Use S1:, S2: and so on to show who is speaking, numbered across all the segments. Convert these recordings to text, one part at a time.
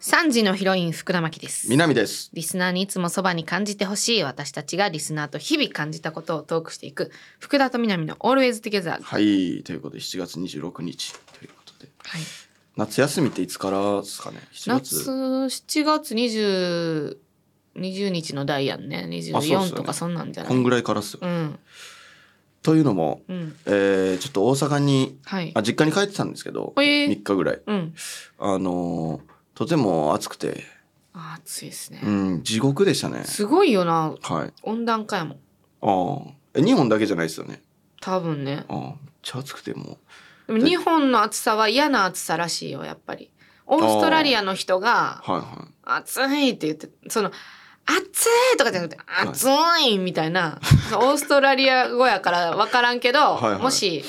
S1: 3時のヒロイン福田真希です
S2: 南です。
S1: リスナーにいつもそばに感じてほしい私たちがリスナーと日々感じたことをトークしていく福田と南の Always Together
S2: はい、ということで7月26日ということで、
S1: はい、
S2: 夏休みっていつからですかね。7
S1: 夏
S2: 月。
S1: 7月20 20日のダイヤンね
S2: あそうっ
S1: 24
S2: すよね
S1: とかそんなんじゃな
S2: こ
S1: い
S2: んぐらいからっすよ。
S1: うん
S2: というのも、
S1: うん
S2: えーちょっと大阪に
S1: はい
S2: あ実家に帰ってたんですけど、
S1: え
S2: 三
S1: ー
S2: 3日ぐらい。
S1: うん
S2: あのーとても暑くて、
S1: あ暑いですね、
S2: うん地獄でしたね。
S1: すごいよな
S2: はい。
S1: 温暖化やもん
S2: ああ、え日本だけじゃないですよね。
S1: 多分ね
S2: ああ、めっちゃ暑くてもう。
S1: でも日本の暑さは嫌な暑さらしいよやっぱりオーストラリアの人が
S2: はいはい。
S1: 「暑い」って言ってその「暑い」とかじゃなくて「
S2: い
S1: 暑い」みたいな、そのオーストラリア語やから分からんけど
S2: はいはい
S1: もし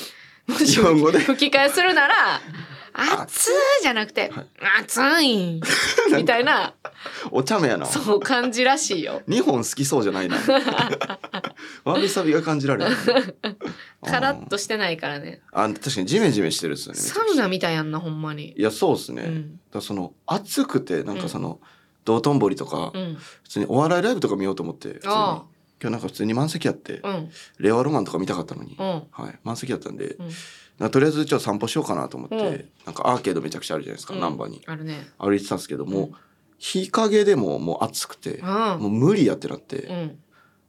S1: も
S2: 日
S1: し
S2: 本語で
S1: 吹き替えするな ら「暑い」じゃなくて
S2: はい
S1: 「暑い」 みたいな
S2: お茶目やな。
S1: そう感じらしいよ。
S2: 日本好きそうじ ゃないな。わびさびが感じられる。
S1: カラッとしてないからね
S2: あーあ確かにジメジメしてるっすよね。めちゃ
S1: サ
S2: くちゃ
S1: ウナみたいやんなほんまに。
S2: いやそうですね、
S1: う
S2: だか
S1: ん
S2: らその暑くてなんかその、道頓堀とか、
S1: うん
S2: 普通にお笑いライブとか見ようと思って普通に
S1: あ
S2: 今日なんか普通に満席やって、
S1: うん
S2: 令和ロマンとか見たかったのに、
S1: うん
S2: はい、満席やったんで、
S1: うん
S2: なんかとりあえずちょっと散歩しようかなと思って、
S1: うん
S2: なんかアーケードめちゃくちゃあるじゃないですか、
S1: うん
S2: 難波に
S1: あるね。
S2: 歩いてたんですけども、
S1: うん
S2: 日陰でももう暑くて、
S1: うん
S2: もう無理やってなって、
S1: うん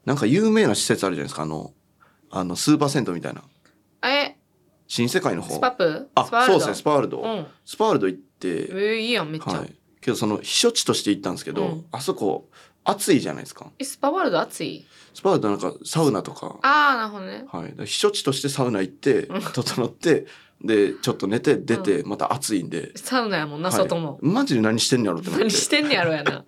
S2: なんか有名な施設あるじゃないですかあのあのスーパー銭湯みたいな
S1: え
S2: 新世界の方
S1: スパプ
S2: あ
S1: スパワー
S2: そう
S1: ルド
S2: ですねスパワールド、
S1: うん
S2: スパワールド行って、
S1: えー、いいやんめっちゃ、
S2: はい、けどその避暑地として行ったんですけど、
S1: うん
S2: あそこ暑いじゃないですか
S1: えスパワールド暑い
S2: スパートなんかサウナとか,、
S1: ああなるほどね
S2: はい、だから避暑地としてサウナ行って整ってでちょっと寝て出てまた暑いんで、
S1: サウナやもんな、
S2: はい
S1: 外も
S2: マジで何してんのやろってなって
S1: 何してんねやろや な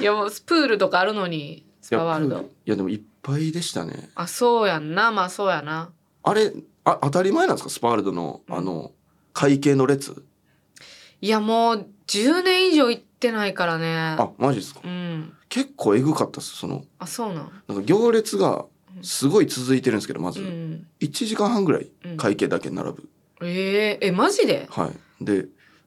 S1: いやもうプールとかあるのにスパワール
S2: いや
S1: ド
S2: いやでもいっぱいでしたね
S1: あそうやんなまあそうやな
S2: あれあ当たり前なんですかスパールドのあの会計の列
S1: いやもう10年以上行ってないからね
S2: あマジですか
S1: うん
S2: 結構えぐかったっすその
S1: あそうなん
S2: なんか行列がすごい続いてるんですけどま
S1: う
S2: ず、
S1: ん
S2: 1時間半ぐらい
S1: うん
S2: 会計だけ並ぶ、
S1: えー、えマジで
S2: はい、で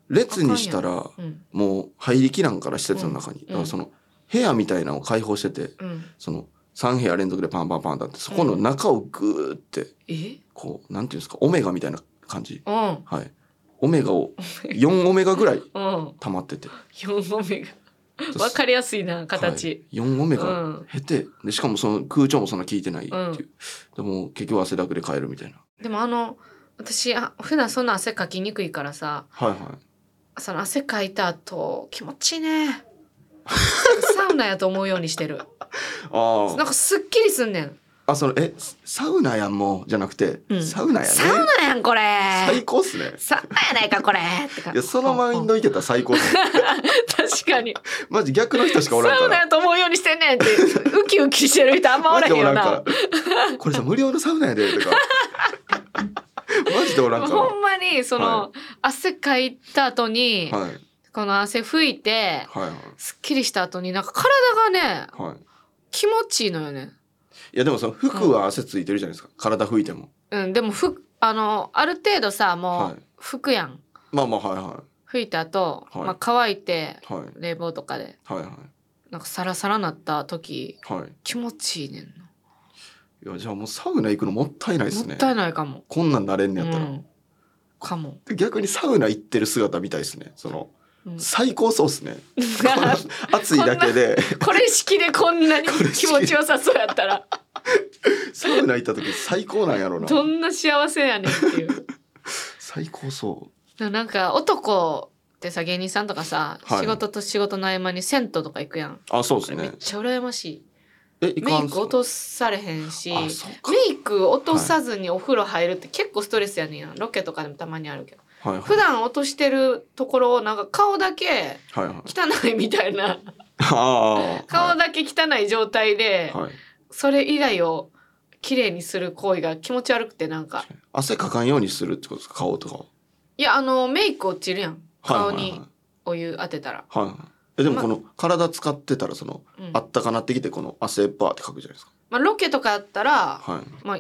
S2: 列にしたら
S1: うん
S2: もう入りきらんから施設の中に、だからその部屋みたいなのを開放してて
S1: うん
S2: その3部屋連続でパンパンパンだってそこの中をグーって
S1: え
S2: こうなんていうんですかオメガみたいな感じ
S1: うん
S2: はいオメガ を4オメガぐらい
S1: うん
S2: 溜まってて
S1: 4合目が分かりやすいな形、
S2: はい、4オメ
S1: う
S2: ガ
S1: ん
S2: 減ってでしかもその空調もそんな効いてないっていう、でも結局汗だくで帰るみたいな
S1: でもあの私あ普段そんな汗かきにくいからさ
S2: はいは
S1: その汗かいた後気持ちいい ねサウナやと思うようにしてる
S2: いあ
S1: なんかすっきりすんねん
S2: ああそのえサウナやんもうじゃなくて、
S1: うん
S2: サウナやね
S1: サウナやんこれ
S2: 最高っすね
S1: サウナやないかこれってか
S2: いやそのマインドいけたら最高っすね
S1: 確かに
S2: マジ逆の人し
S1: サ
S2: かおらんか
S1: ウナ
S2: ら
S1: やと思うようにしてんねんってウキウキしてる人あんまお
S2: マ
S1: ら
S2: ジ
S1: へん
S2: で
S1: よ
S2: おらん
S1: な
S2: からこれさ無料のサウナやでとかマジでおらんか
S1: ほんまにその、
S2: は
S1: 汗かいた後に、
S2: らはい
S1: この汗拭いて
S2: はい
S1: すっきりした後になんか体がね
S2: はいはい
S1: 気持ちいいのよね
S2: いやでもその服は汗ついてるじゃないですか体拭いても
S1: うんでもふあのある程度さ
S2: は
S1: も
S2: いう
S1: 拭くやん、
S2: まあまあはいは
S1: 吹いた後、
S2: はい
S1: まあ乾いて
S2: いはい
S1: 冷房とかで
S2: はいは
S1: なんかサラサラなった時
S2: いはい
S1: 気持ちいいねんな、
S2: いやじゃあもうサウナ行くのもったいないです
S1: も
S2: ね
S1: ったいないかも、
S2: こんなんなれん
S1: う
S2: ねやったら、
S1: ん、かも、
S2: で逆にサウナ行ってる姿みたいですねその
S1: うん
S2: 最高そうっすね こんな
S1: こ
S2: 暑いだけで
S1: れ式で こんなに
S2: これ式
S1: 気持ちよさそうやった ら
S2: サウナ行った時最高なんやろな
S1: どんな幸せやねんっていう
S2: 最高そう
S1: ななんか男ってさ芸人さんとかさ、
S2: はい
S1: 仕事と仕事の合間に銭湯とか行くやん
S2: あそうです
S1: め
S2: ね
S1: っちゃ羨まし
S2: え
S1: い
S2: い
S1: メ
S2: かん
S1: イ
S2: す
S1: ク
S2: か
S1: 落とされへんし
S2: あそうか
S1: メイク落とさずにお風呂入るって結構ストレスやねんやロケとかでもたまにあるけど
S2: はいはい
S1: 普段落としてるところをなんか顔だけ
S2: はいはい
S1: 汚いみたいな
S2: ああ
S1: 顔だけ汚い状態で
S2: はい、はい、
S1: それ以外を綺麗にする行為が気持ち悪くてなんか
S2: 汗かかんようにするってことですか顔とかはい
S1: やあのメイク落ちるやん
S2: は
S1: 顔
S2: いはい
S1: にお湯当てたら、
S2: はいはいえでもこの体使ってたらその、
S1: うん
S2: あったかなってきてこの汗バーってかくじゃないですか
S1: まあ、ロケとかやったら、
S2: はい
S1: まあ、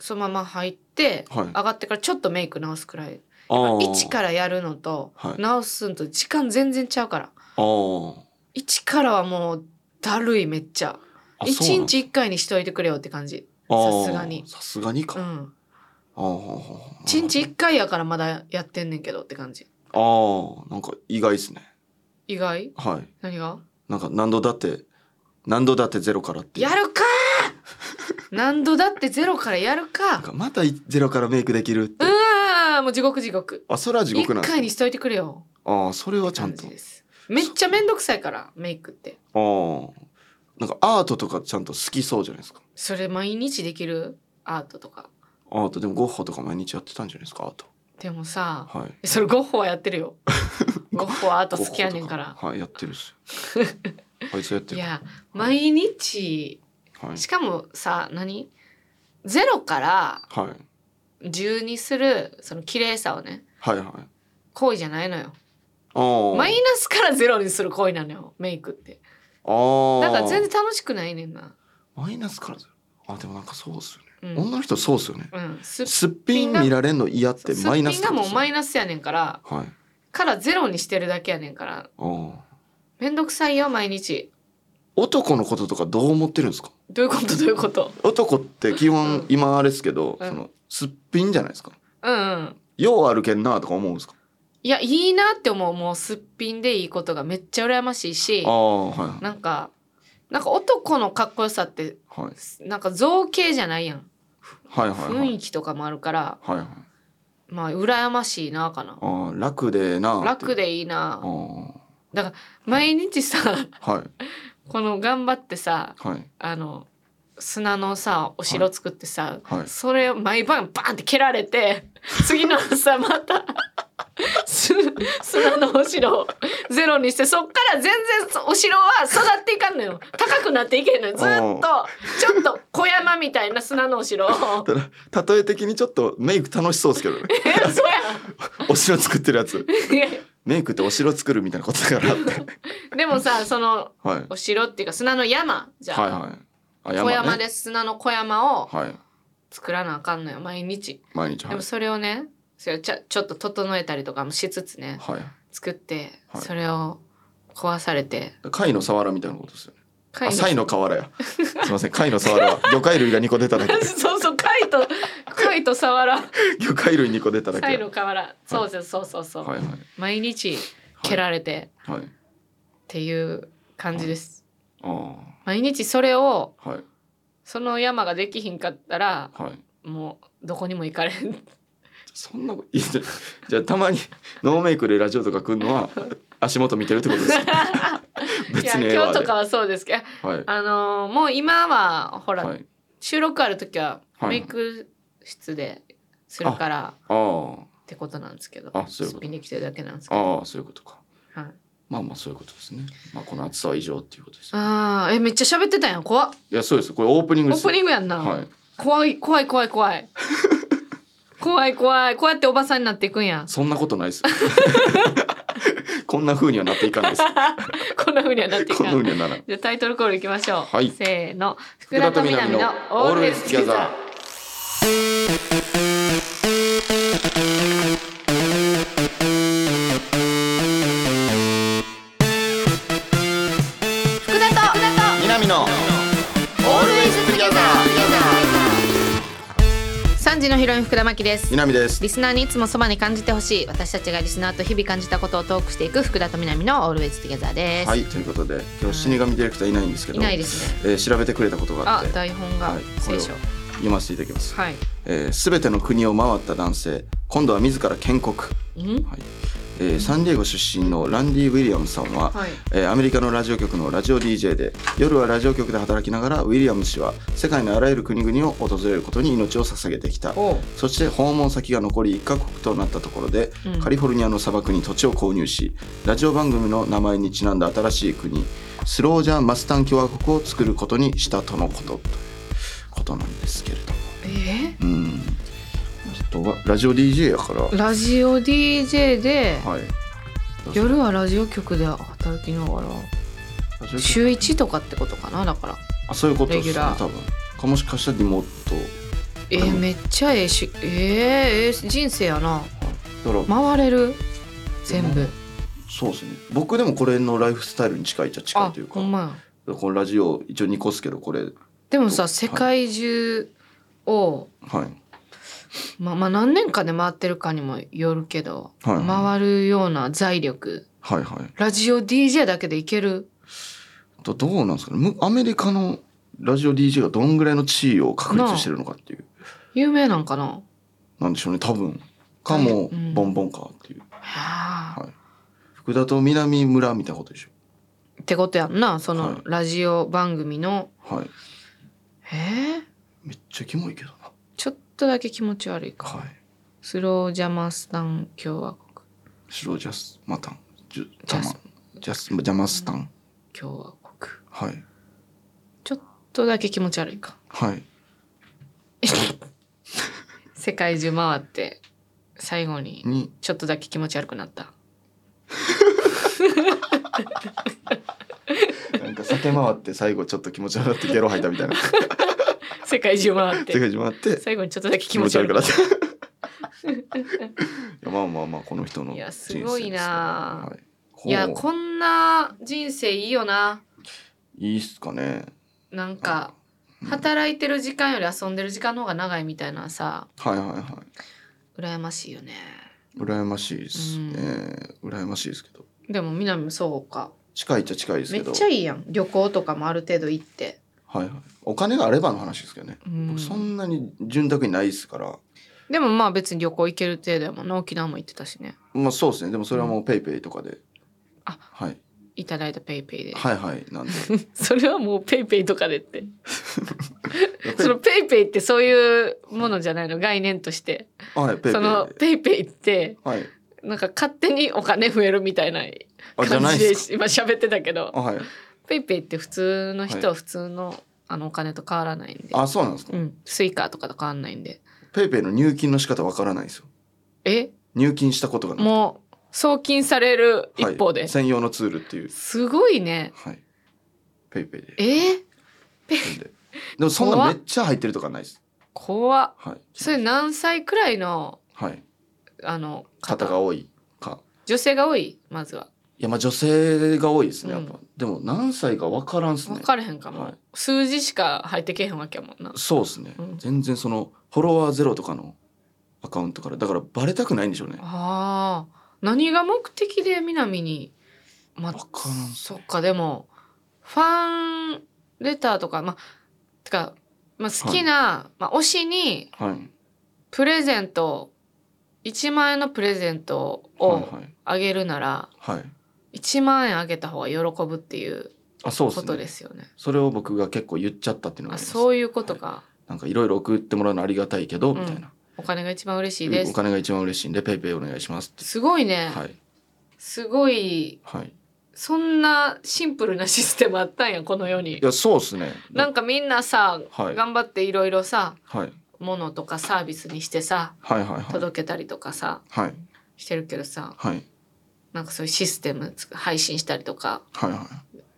S1: そのまま入って、
S2: はい
S1: 上がってからちょっとメイク直すくらい
S2: あー
S1: 一からやるのと
S2: はい
S1: 直すんと時間全然ちゃうから
S2: あー
S1: 一からはもうだるいめっちゃ
S2: あそう
S1: 一
S2: なん
S1: 日一回にしといてくれよって感じ
S2: あー
S1: さすがに
S2: さすがに
S1: う
S2: か、
S1: ん
S2: あー
S1: 一日一回やからまだやってんねんけどって感じ
S2: あーなんか意外ですね
S1: 意外
S2: はい
S1: 何が
S2: なんか何度だって何度だってゼロからっていう
S1: や るかー何度だってゼロからやる
S2: なん
S1: か
S2: かまたいゼロからメイクできるって、
S1: うーんもう地獄地獄
S2: あそれは地
S1: 一
S2: 獄なんです
S1: 回に
S2: ね
S1: しといてくれよ
S2: ああそれはちゃん
S1: 感
S2: と
S1: じですめっちゃめんどくさいからメイクって
S2: ああなんかアートとかちゃんと好きそうじゃないですか
S1: それ毎日できるアートとか
S2: アートでもゴッホとか毎日やってたんじゃないですかアート
S1: でもさ
S2: はい
S1: それゴッホはやってる よゴッホはアート好きやねんから
S2: ゴッホとはいやってるっ すよあいつやって
S1: い
S2: る
S1: や毎日
S2: はい
S1: しかもさ何ゼロから
S2: はい
S1: 10にするその綺麗さをね
S2: はいはい
S1: 行為じゃないのよ
S2: あー
S1: マイナスからゼロにする行為なのよメイクって
S2: あー
S1: だから全然楽しくないねんな
S2: マイナスからゼロあでもなんかそうっすよね、
S1: うん、
S2: 女の人そうっすよね
S1: うん、すっ
S2: すっぴん見られんの嫌って
S1: すっ
S2: マ
S1: ぴ
S2: イ
S1: ん
S2: ナス
S1: がもうマ
S2: イ
S1: イナスやねんから
S2: はい
S1: からゼロにしてるだけやねんから
S2: あー
S1: めんどくさいよ毎日
S2: 男のこととかどう思ってるんですか
S1: どういうことどういうこと
S2: 男って基
S1: うん
S2: 本今あれですけど、
S1: うん
S2: そのすっぴんじゃないですか
S1: うんうん
S2: ようあるけんなとか思うんですか
S1: いやいいなって思うもうすっぴんでいいことがめっちゃ羨ましいし
S2: ああはい
S1: なんかなんか男のかっこよさって
S2: はい
S1: なんか造形じゃないやん
S2: はいはいは
S1: 雰囲
S2: い
S1: 気とかもあるから
S2: はいはい
S1: まあ羨ましいなかな
S2: あー楽でなって
S1: 楽でいい
S2: あ
S1: な
S2: ー
S1: 毎日さ
S2: はい
S1: この頑張ってさ
S2: はい
S1: あの砂のさお城作ってさ、
S2: はいはい
S1: それを毎晩バンって蹴られ て次の朝またす砂のお城をゼロにしてそっから全然そお城は育っていかんのよ高くなっていけんのよずっと
S2: おう
S1: ちょっと小山みたいな砂のお 城を
S2: ただ例え的にちょっとメイク楽しそうですけどね
S1: えそう
S2: お城作ってるやつ
S1: やんい
S2: メイクってお城作るみたいなことだからって
S1: やでもさその
S2: はい
S1: お城っていうか砂の山じゃあ、
S2: はいはいあ
S1: 小山
S2: ね
S1: で砂の小山を
S2: はい
S1: 作らなあかんのよ毎日、
S2: 毎日は
S1: で
S2: い
S1: もそれをねそれをちゃちょっと整えたりとかもしつつね、
S2: はい
S1: 作って、
S2: はい
S1: それを壊されて
S2: 貝のサワラみたいなことですよね
S1: 貝
S2: あ
S1: の
S2: 貝の瓦やすいません貝のサワラは魚介類が2個出ただけ
S1: そうそう貝と貝とサワラ
S2: 魚介類2個出ただけ
S1: 貝の瓦そうそうそうそうそう、
S2: はいはい
S1: 毎日蹴られて
S2: はい
S1: っていう感じです、
S2: あ
S1: 毎日それを
S2: あはい
S1: その山ができひんかったら
S2: はい
S1: もうどこにも行かれん
S2: そんなこといやじゃじゃあたまにノーメイクでラジオとか来るのは足元見てるってこと ですか
S1: い
S2: 別
S1: や
S2: にええわ
S1: 今日とかはそうですけど
S2: はい
S1: あのーもう今はほら、
S2: はい
S1: 収録ある時は
S2: はい
S1: メイク室でするから、
S2: ああ
S1: ってことなんですけど
S2: あそういう
S1: す
S2: こと
S1: っぴんできてるだけなんですけど
S2: ああそういうことか
S1: はい
S2: まあまあそういうことですねまあこの暑さは異常っていうことですよ
S1: ああ、え、めっちゃ喋ってたやん。怖っ。
S2: いやそうですこれオープニン
S1: オ
S2: グで
S1: ー
S2: すよ
S1: プニングやんな。
S2: はい
S1: 怖い、怖い、怖い、怖 い。怖い、怖い。こうやっておばさんになっていくんや。
S2: そんなことないですよ こんな風にはなっていかないです
S1: こんな風にはなってい
S2: こん
S1: く
S2: な風
S1: ん
S2: にはならない
S1: じゃあタイトルコールいきましょう。
S2: はい
S1: せーの。福田と南のオールデスギャザー。福田と福田と
S2: 南のオールデスギャザ
S1: 三時のヒロイン福田真希です。
S2: 南です
S1: リスナーにいつもそばに感じてほしい私たちがリスナーと日々感じたことをトークしていく福田と南の「Always Together」です、、
S2: はいいということで今日死神ディレクターいないんですけど
S1: ないですね
S2: えー調べてくれたことがあ
S1: あ
S2: って
S1: 台本が
S2: はいこ
S1: 聖
S2: れを
S1: 書
S2: 読ませていただきます
S1: はい、
S2: えー、全ての国を回った男性今度は自ら建国、は
S1: ん
S2: いえーサンディエゴ出身のランディ・ウィリアムズさんは、
S1: はい
S2: えーアメリカのラジオ局のラジオ DJ で夜はラジオ局で働きながらウィリアムズ氏は世界のあらゆる国々を訪れることに命を捧げてきた
S1: お
S2: そして訪問先が残り1カ国となったところで、
S1: うん
S2: カリフォルニアの砂漠に土地を購入しラジオ番組の名前にちなんだ新しい国スロージャー・マスタン共和国を作ることにしたとのことということなんですけれども。
S1: え
S2: うん。ちょっとわラジオ DJ やから。
S1: ー、ラジオ DJ で
S2: はい。
S1: 夜はラジオ局で働きながら
S2: ラジオ局
S1: 週一とかってことかなだから
S2: あそういうことで
S1: レ
S2: す
S1: ギ
S2: ね
S1: ュラー
S2: 多分。かもしかしたらリモート。
S1: えー、めっちゃええしえー、ええ人生やな
S2: だから
S1: 回れる全部
S2: そうですね僕でもこれのライフスタイルに近いっちゃ近い
S1: あ
S2: というか
S1: ほんまや
S2: このラジオ一応2個っすけどこれ
S1: でも
S2: は
S1: さ
S2: い
S1: 世界中を、
S2: はい
S1: まあまあ何年かで回ってるかにもよるけど、
S2: はい
S1: 回るような財力
S2: はいはい
S1: ラジオ DJ だけでいける
S2: どどうなんですかねむアメリカのラジオ DJ がどんぐらいの地位を確立してるのかっていう
S1: 有名なんかな
S2: なんでしょうね多分かも、
S1: うん
S2: ボンボンかっていう
S1: はあ
S2: はい福田と南村みたいなことでし
S1: ってことやんなそ
S2: はい
S1: のラジオ番組の、
S2: ょはい
S1: えー
S2: めっちゃキモいけどな
S1: ちょっとだけ気持ち悪いか
S2: はい
S1: スロージャマスタン共和国
S2: シロジャスマタンジュジ
S1: ジ
S2: ャ
S1: ャ
S2: マ
S1: ス
S2: ジャスジャマスタン
S1: 共和国
S2: はい
S1: ちょっとだけ気持ち悪いか
S2: はい
S1: 世界中回って最後に
S2: に
S1: ちょっとだけ気持ち悪くなった
S2: なんか酒回って最後ちょっと気持ち悪 くなってゲロ吐いたみたいな
S1: 世界中回っ
S2: 世
S1: て
S2: 界中回って
S1: 最後にちょっとだけ気
S2: 気
S1: 持
S2: 持
S1: ち
S2: ち
S1: 悪く
S2: 悪く
S1: な
S2: な
S1: っ
S2: ったた いやまあまあまあこの人の
S1: いや
S2: 人生
S1: すごいなあ
S2: です
S1: い
S2: けど
S1: や
S2: はいこ
S1: こんな人生いいよな
S2: ういいっすかね
S1: なんか
S2: うん
S1: 働いてる時間より遊んでる時間の方が長いみたいなさ
S2: はいはいは
S1: 羨ましいよね
S2: い羨ましいですね、羨ましいですけど
S1: でも南もそうか
S2: 近いっちゃ近いです
S1: め
S2: け
S1: っ
S2: ど
S1: ちゃいいやん旅行とかもある程度行って、
S2: はいはい、お金があればの話ですけどね、
S1: うん
S2: 僕そんなに潤沢にないですから
S1: でもまあ別に旅行行ける程度やもんな沖縄も行ってたしね
S2: まあそうですねでもそれはもうペイペイとかで、
S1: あ
S2: はい、
S1: いただいたペイペイで、
S2: はいはいなんで
S1: それはもうペイペイとかでってそのペイペイってそういうものじゃないの概念として
S2: はいペイペイ
S1: その
S2: で
S1: ペイペイって
S2: はい
S1: なんか勝手にお金増えるみたいな
S2: あじゃな
S1: 感
S2: い
S1: じで
S2: です
S1: 今喋ってたけど
S2: かあはい
S1: ペイペイって普通の人
S2: は
S1: は普通の,、あのお金と変わらないんで、
S2: あそうなんですか、
S1: うん、スイカとかと変わらないんで
S2: ペイペイの入金の仕方わからないですよ
S1: え
S2: 入金したことがない
S1: もう送金される
S2: はい
S1: 一方で、
S2: 専用のツールっていう
S1: すごいね
S2: はいペイペイで
S1: えー、
S2: なんででもそんな
S1: 怖
S2: め
S1: っ
S2: っちゃ入ってるとかないです
S1: 怖っ
S2: はい
S1: それ何歳くらいの
S2: はい
S1: あの
S2: 方が多いか
S1: 女性が多いまずはい
S2: やまあ女性が多いですねや
S1: う
S2: っ
S1: ん
S2: ぱ、でも何歳かわからんですね
S1: 分からへんかも、
S2: はい
S1: 数字しか入ってけへんわけやもんな
S2: そうですね、
S1: うん
S2: 全然そのフォロワーゼロとかのアカウントからだからバレたくないんでしょうね
S1: あー何が目的で南にまあ
S2: わからんっす
S1: そ
S2: ね
S1: っかでもファンレターとかまあてか、まあ、好きな、まあ、推しに
S2: はい
S1: プレゼント1万円のプレゼント
S2: はい
S1: を
S2: はい
S1: あげるなら
S2: はい
S1: 1万円あげた方が喜ぶっていう
S2: あそうです
S1: こと
S2: ね
S1: ですよね。
S2: それを僕が結構言っちゃったっていうのが
S1: あ
S2: あります
S1: そういうことか、
S2: なんかいろいろ送ってもらうのありがたいけど、
S1: うん
S2: みたいな
S1: お金が一番嬉しいで
S2: お
S1: す。
S2: 金が一番嬉しいんでペイペイお願いしますって
S1: すごいね、
S2: はい
S1: すごい
S2: はい
S1: そんなシンプルなシステムあったんやこの世に
S2: い。やそうですね
S1: なんかみんなさ、
S2: はい
S1: 頑張っていろいろさ
S2: はい
S1: 物とかサービスにしてさ
S2: はいはいはい
S1: 届けたりとかさ
S2: はい
S1: してるけどさ
S2: はい
S1: なんかそういうシステムつく配信したりとか
S2: はいはい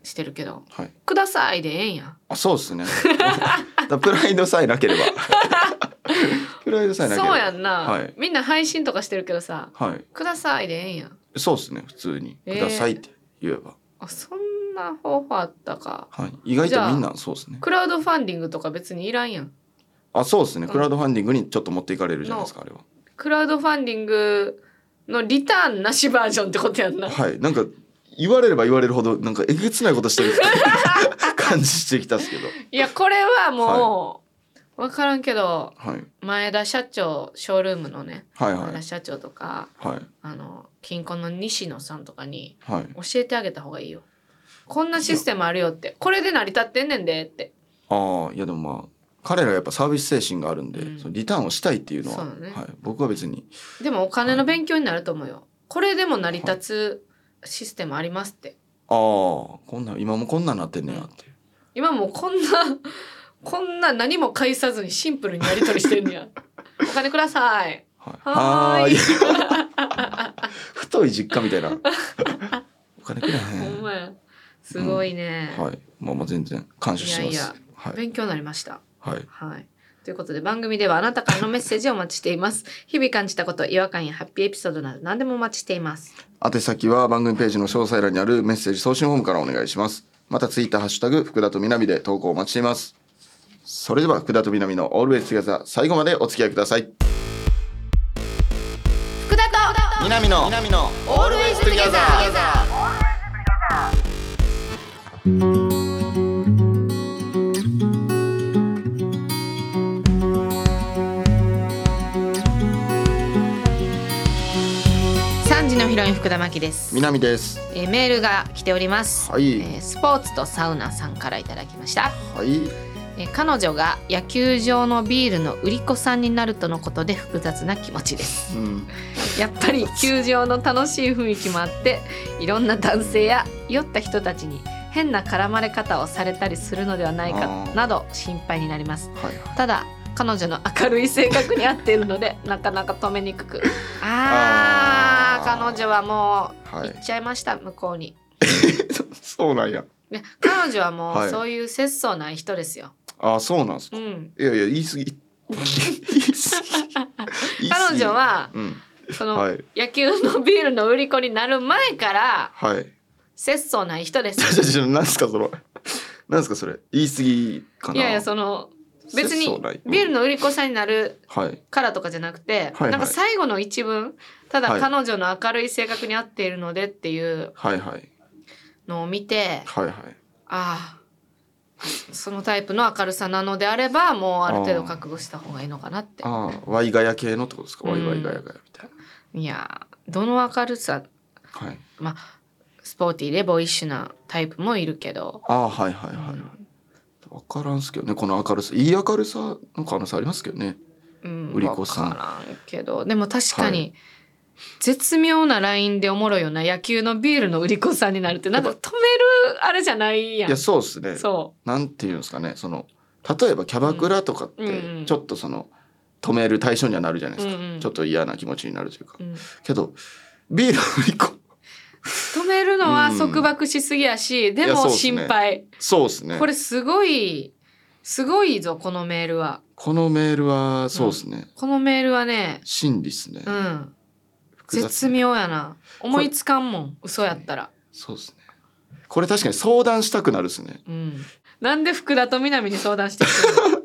S1: してるけど
S2: はい
S1: 「ください」でええんや
S2: あそうで すねだからプライドさえなければプライドさえなければ
S1: そうやんな、
S2: はい
S1: みんな配信とかしてるけどさ
S2: はい
S1: 「ください」でええんや
S2: そうですね普通に「
S1: え
S2: く
S1: ー
S2: ださい」って言えば、
S1: あそんな方法あったか
S2: はい、意外とみんなそうですね
S1: クラウドファンディングとか別にいらんやん
S2: あそうですね
S1: うん
S2: クラウドファンディングにちょっと持っていかれるじゃないですかあれは
S1: クラウドファンディングのリターンなしバージョンってことや んな
S2: はいなんか言われれば言われるほどなんかえげつないことしてる 感じしてきたんですけど
S1: いやこれはもう、分からんけど
S2: はい
S1: 前田社長ショールームのね
S2: はいは
S1: 前田
S2: い
S1: 社長とか
S2: はい
S1: あの金婚の西野さんとかに
S2: はい
S1: 教えてあげた方がいいよこんなシステムあるよってこれで成り立ってんねんでって
S2: ああいやでもまあ彼らやっぱサービス精神があるんで、
S1: うん
S2: そのリターンをしたいっていうのは
S1: そうだね
S2: はい、僕は別に
S1: でもお金の勉強になると思うよこれでも成り立つシステムありますって
S2: ああこんなん今もこんなんなってんねやっていう
S1: 今もうこんなこんな何も介さずにシンプルにやり取りしてん ねやお金ください
S2: は
S1: は
S2: い
S1: ーい
S2: はーい 太い実家みた いなお金くれへ
S1: ほ
S2: ん
S1: んまやすごいね、
S2: はい。まあまあ全然感謝してます。
S1: いやいや
S2: はい。
S1: 勉強になりました
S2: はい。
S1: はいということで番組ではあなたからのメッセージをお待ちしています。日々感じたこと、違和感やハッピーエピソードなど何でもお待ちしています。
S2: 宛先は番組ページの詳細欄にあるメッセージ送信フォームからお願いしますまたツイッターハッシュタグ福田とみなみで投稿お待ちしていますそれでは福田とみなみの Always Together 最後までお付き合いください
S1: 福田と
S2: みなみのみなみの
S1: Always Together 3時のヒロイン福田真希です
S2: み。なみです
S1: えーメールが来ております、
S2: はい
S1: えースポーツとサウナさんからいただきました、
S2: はい
S1: えー彼女が野球場のビールの売り子さんになるとのことで複雑な気持ちです
S2: うん
S1: やっぱり球場の楽しい雰囲気もあっていろんな男性や酔った人たちに変な絡まれ方をされたりするのではない
S2: あ
S1: か
S2: ー
S1: など心配になります
S2: はい
S1: ただ彼女の明るい性格に合っているのでなかなか止めにくく あー
S2: あー
S1: 彼女はも
S2: は
S1: う
S2: い
S1: 行っちゃいました向こうに
S2: そうなんや
S1: ね、彼女はも
S2: は
S1: う
S2: い
S1: そういう節操ない人ですよ。
S2: あそうなんすか、
S1: うん。
S2: いやいや言い 過ぎ言い過ぎ
S1: 彼女は
S2: うん
S1: その、
S2: はい
S1: 野球のビールの売り子になる前から
S2: はい
S1: 節操ない人で
S2: ちょ
S1: す。
S2: ちょちょなんすかそのなんすかそれ言い過ぎか
S1: い
S2: ない
S1: やいやその別
S2: 節
S1: に
S2: 操ないうん
S1: ビールの売り子さんになる
S2: はい
S1: からとかじゃなくて、
S2: はいはい
S1: なんか最後の一文た
S2: は
S1: だ
S2: い
S1: 彼女の明るい性格に合っているのでっていう
S2: はいはい
S1: のを見て、
S2: はいはい
S1: ああ。そのタイプの明るさなのであればもうある程度覚悟した方がいいのかなって
S2: ああワイガヤ系のってことですかワイワイガヤガヤみたい
S1: いやーどの明るさ
S2: なはい
S1: まあ、スポーティーでボーイッシュなタイプもいるけど、
S2: ああはいはいはいはい、分からんすけどねこの明るさいい明るさの可能性ありますけどね
S1: うん、
S2: 売り子さん
S1: わからんけどでも確かに絶妙なラインでおもろいよな野球のビールの売り子さんになるってなんか止めるあれじゃないや
S2: い
S1: ん
S2: やそうっすね
S1: そ
S2: なんていうんですかねその例えばキャバクラとかっ
S1: うんう
S2: て
S1: ん
S2: ちょっとその止める対象にはなるじゃないですか、
S1: うんうん
S2: ちょっと嫌な気持ちになるというか
S1: う、うん
S2: けどビール売り子
S1: 止めるのは
S2: うん
S1: 束縛しすぎやし、で
S2: いやそ
S1: も
S2: うっすね
S1: 心配、
S2: そうですね
S1: これすごいすごいぞこのメールは
S2: このメールはそうですね、
S1: このメールはね
S2: 真理っすね、
S1: うん
S2: 複雑ね
S1: 絶妙やな思いつかんもん嘘やったら
S2: そうですねこれ確かに相談したくなるですね
S1: うん、なんで福田と南に相談してくるの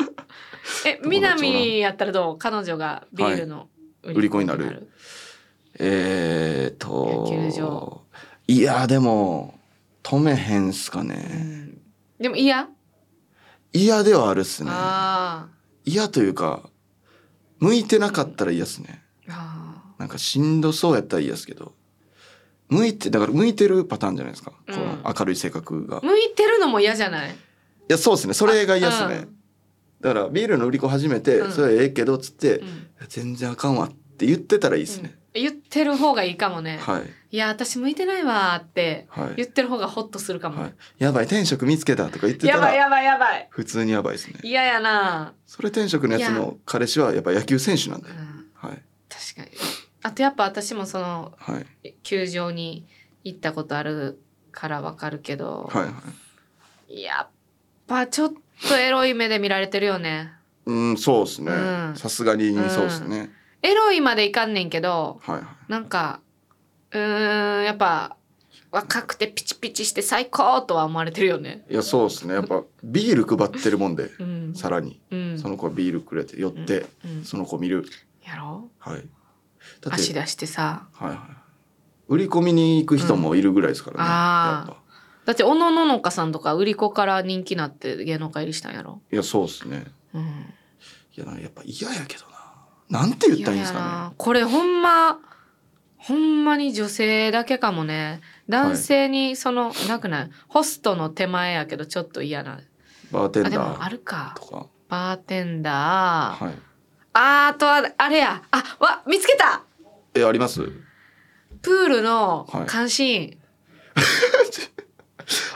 S1: え南やったらどう彼女がビールの売
S2: 売り子になるえー、っと
S1: 野球場
S2: いやでも止めへんっすか
S1: う
S2: ね
S1: んでも嫌、
S2: 嫌ではあるっすね
S1: あ
S2: 嫌というか向いてなかったら嫌っすね
S1: ーあ
S2: なんかしんどそうやったら嫌っすけど向いてだから向いてるパターンじゃないですか、こ
S1: うん
S2: の明るい性格が
S1: ー向いてるのも嫌じゃない
S2: いやそうですねそれが嫌っすね、
S1: うん
S2: だからビールの売り子始めて、
S1: うん
S2: それはええけどっつって、
S1: うん
S2: 全然あかんわって言ってたらいいですね、
S1: うん言ってる方がいいかもね、
S2: はい
S1: い、や私向いてないわーって
S2: はい
S1: 言ってる方がホッとするかも、
S2: はい、やばい転職見つけたとか言ってた
S1: やばい
S2: ら
S1: やばいやばい
S2: 普通にやばいですね
S1: 嫌やな、
S2: それ転職のやつの彼氏はやっぱ野球選手なん
S1: う
S2: だよ
S1: ん、
S2: はい
S1: 確かにあとやっぱ私もその
S2: はい
S1: 球場に行ったことあるからわかるけど、
S2: はいはい
S1: やっぱちょっとエロい目で見られてるよね
S2: うんそうですね
S1: うん
S2: さすがにそうですね、
S1: エロいまでいかんねんけど
S2: はいはい
S1: なんかうーんやっぱ若くてピチピチして最高とは思われてるよね
S2: いやそうですねやっぱビール配ってるもんで
S1: うん
S2: さらに
S1: うん
S2: その子はビールくれて寄って、
S1: うん
S2: その子見る
S1: やろ
S2: はいだって
S1: 足出してさ
S2: はいはい売り込みに行く人もいるぐらいですから
S1: う
S2: ね、
S1: んあー
S2: やっぱ
S1: だって小野ののかさんとか売り子から人気なって芸能界入りしたんやろ
S2: いやそうですね
S1: うん
S2: いややっぱ嫌やけどななんて言ったらいいんで
S1: い
S2: す
S1: やいや
S2: か
S1: なこれほんまほんまに女性だけかもね男性にその、なくないホストの手前やけどちょっと嫌な
S2: ねバーテン
S1: あで
S2: ダ
S1: もあ
S2: ー
S1: るか
S2: とか
S1: バーテンダー、
S2: はい
S1: あーあとはあれやあわ見つけた
S2: えあります
S1: プールの
S2: はい
S1: 監視員、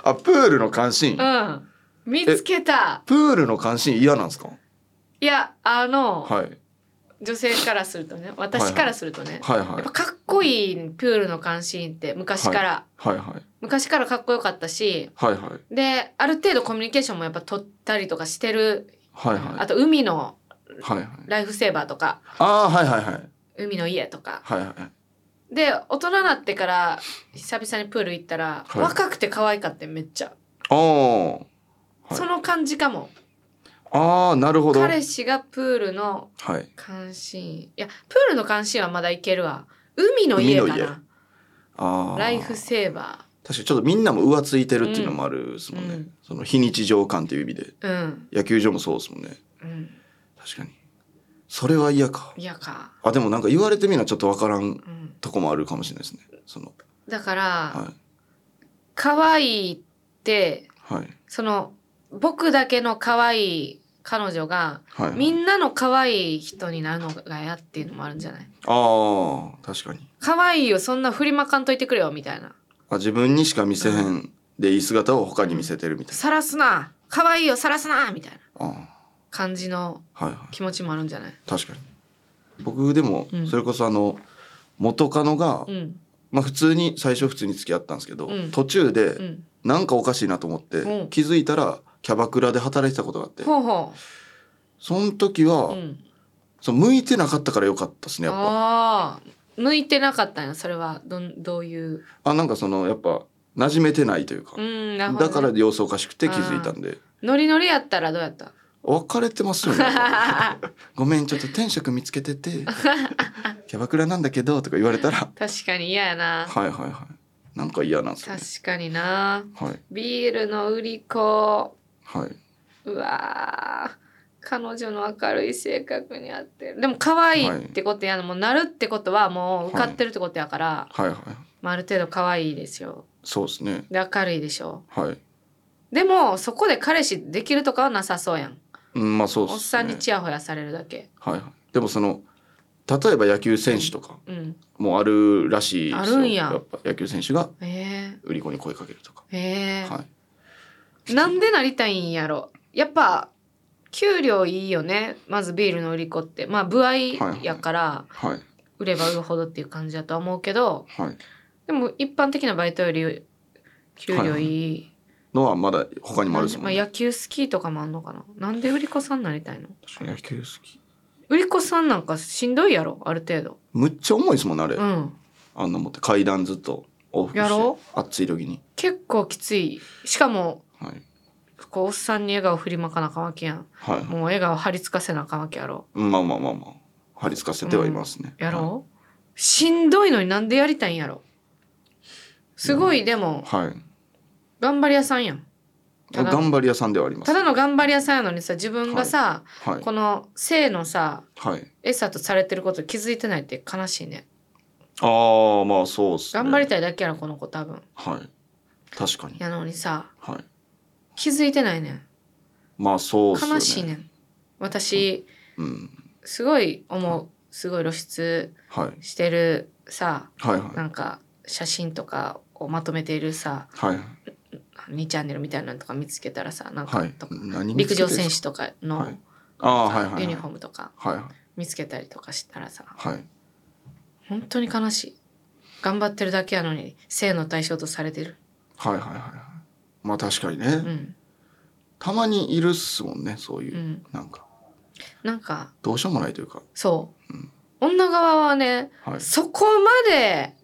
S2: あプールの監視員、
S1: うん見つけた
S2: プールの監視員嫌なんですか
S1: いやあの、
S2: はい
S1: 女性からするとね私からするとね、
S2: はいは
S1: や
S2: い
S1: っぱかっこいいプールの監視員って昔から、
S2: はいはい
S1: 昔からかっこよかったし
S2: はいはい
S1: である程度コミュニケーションもやっぱ取ったりとかしてる、
S2: はい
S1: あ
S2: は
S1: と海の
S2: はいはい。
S1: ライフセーバーとか
S2: ああーはいはいはい
S1: 海の家とか
S2: はいはい。
S1: で大人になってから久々にプール行ったら、
S2: はい
S1: 若くて可愛かってめっちゃ、
S2: おおはい
S1: その感じかも
S2: ああなるほど。はい。
S1: 彼氏がプールの監視員いやプールの監視員はまだいけるわ海の家か
S2: 海の
S1: な
S2: ああ。
S1: ライフセーバ
S2: 確かにちょっとみんなも浮ついてるっていうのもあるですもんね、
S1: うん
S2: その非日常感という意味で
S1: ーうん
S2: 野球場もそうですもんね
S1: うん
S2: 確かにそれは嫌か
S1: 嫌か
S2: あでもなんか言われてみなちょっとわからん
S1: うん
S2: とこもあるかもしれないですねその
S1: だから、
S2: はい
S1: 可愛いって
S2: はい
S1: その僕だけの可愛い彼女が
S2: はい
S1: みんなの可愛い人になるのが嫌っていうのもあるんじゃない
S2: ああ確かに
S1: 可愛いよそんな振りまかんといてくれよみたいな
S2: あ自分にしか見せへんでいい姿を他に見せてるみたい
S1: さらすな可愛いよさらすなみたいな
S2: なあ
S1: 感じの
S2: あはいはい
S1: 気持ちもあるんじゃない
S2: 確かに僕でも
S1: うん
S2: それこそあの元カノが、
S1: うん
S2: まあ普通に最初普通に付き合ったんですけど、
S1: うん
S2: 途中で、
S1: うん
S2: なんかおかしいなと思って、
S1: うん
S2: 気づいたらキャバクラで働いてたことがあって
S1: ほうほ
S2: その時
S1: う、
S2: は、
S1: うん、
S2: その向いてなかったからよかったですねやっぱ
S1: ああ向いてなかったんやそれはどんどういう
S2: あなんかそのやっぱ馴染めてないというか、
S1: うんなるほど、
S2: だ
S1: ね、
S2: から様子おかしくて気づいたんで
S1: ノリノリやったらどうやった
S2: 別れてま すよねごめんちょっと天職見つけててキャバクラなんだけどとか言われたら
S1: 確かに嫌やな
S2: はいはいはいなんか嫌なんですよね
S1: 確かにな
S2: はい
S1: ビールの売り子
S2: はいう
S1: わー彼女の明るい性格に合ってるでも可愛いってことやの、もうなるってことはもう受かってるってことやから、
S2: はいはい
S1: まあ、ある程度可愛いですよ
S2: そうですね
S1: で明るいでしょ
S2: はい
S1: でもそこで彼氏できるとかはなさそうやん
S2: うんまあそうですね
S1: おっさんにチヤホヤされるだけ
S2: はいはいでもその例えば野球選手とか、
S1: うん
S2: もうあるらしいですよ
S1: あるんや
S2: やっぱ野球選手が
S1: え
S2: 売り子に声かけるとか、
S1: えええ
S2: はい、
S1: なんでなりたいんやろやっぱ給料いいよねまずビールの売り子ってまあ歩合やから、
S2: はい
S1: 売れば売るほどっていう感じだとは思うけど
S2: はい
S1: でも一般的なバイトより給料いい、
S2: のはまだ他にもあ
S1: な
S2: る
S1: んで
S2: で
S1: す
S2: も
S1: ま
S2: ん
S1: あ、
S2: ね、
S1: 野球好きとかもあんのかななんで売り子さんになりたいの
S2: 確かに野球好き
S1: 売り子さんなんかしんどいやろある程度
S2: むっちゃ重いですもんねあれ、
S1: うん
S2: あんな持って階段ずっと往復
S1: や
S2: し
S1: ろ
S2: て暑い時に、
S1: 結構きついしかも
S2: はい、
S1: こうおっさんに笑顔振りまかなあかんわけやん
S2: はい
S1: もう笑顔張り付かせなあかんわけやろ
S2: まあまあまあまあ張り付かせてはいますね、
S1: やろ、しんどいのになんでやりたいんやろすごいでも
S2: はい、はい
S1: 頑張り屋さんやんただ
S2: 頑張り屋さんではあります
S1: ただの頑張り屋さんやのにさ自分がさ、
S2: はい
S1: この性のさ
S2: はい
S1: 餌とされてること気づいてないって悲しいね
S2: ああまあそうですね
S1: 頑張りたいだけやろこの子多分
S2: はい確かに
S1: やのにさ
S2: はい
S1: 気づいてないねん
S2: まあそうですよね
S1: 悲しいねん私
S2: うん
S1: すごい思うすごい露出
S2: はい
S1: してるさ
S2: はいはい
S1: なんか写真とかをまとめているさ
S2: はい
S1: 2チャンネルみたいなのとか見つけたらさなんか
S2: はい
S1: とか、
S2: 何見
S1: 陸
S2: つけてる
S1: 上
S2: んですか
S1: 選手とかの、
S2: はいあーはいはいはい
S1: ユニフォームとか
S2: はいはい
S1: 見つけたりとかしたらさ
S2: はい
S1: 本当に悲しい頑張ってるだけやのに性の対象とされてる
S2: はいはいはいはいまあ確かにね、
S1: うん
S2: たまにいるっすもんねそういうう、
S1: ん
S2: なんか
S1: なんか
S2: どうしようもないというか
S1: そう、
S2: うん
S1: 女側はね
S2: はい
S1: そこまで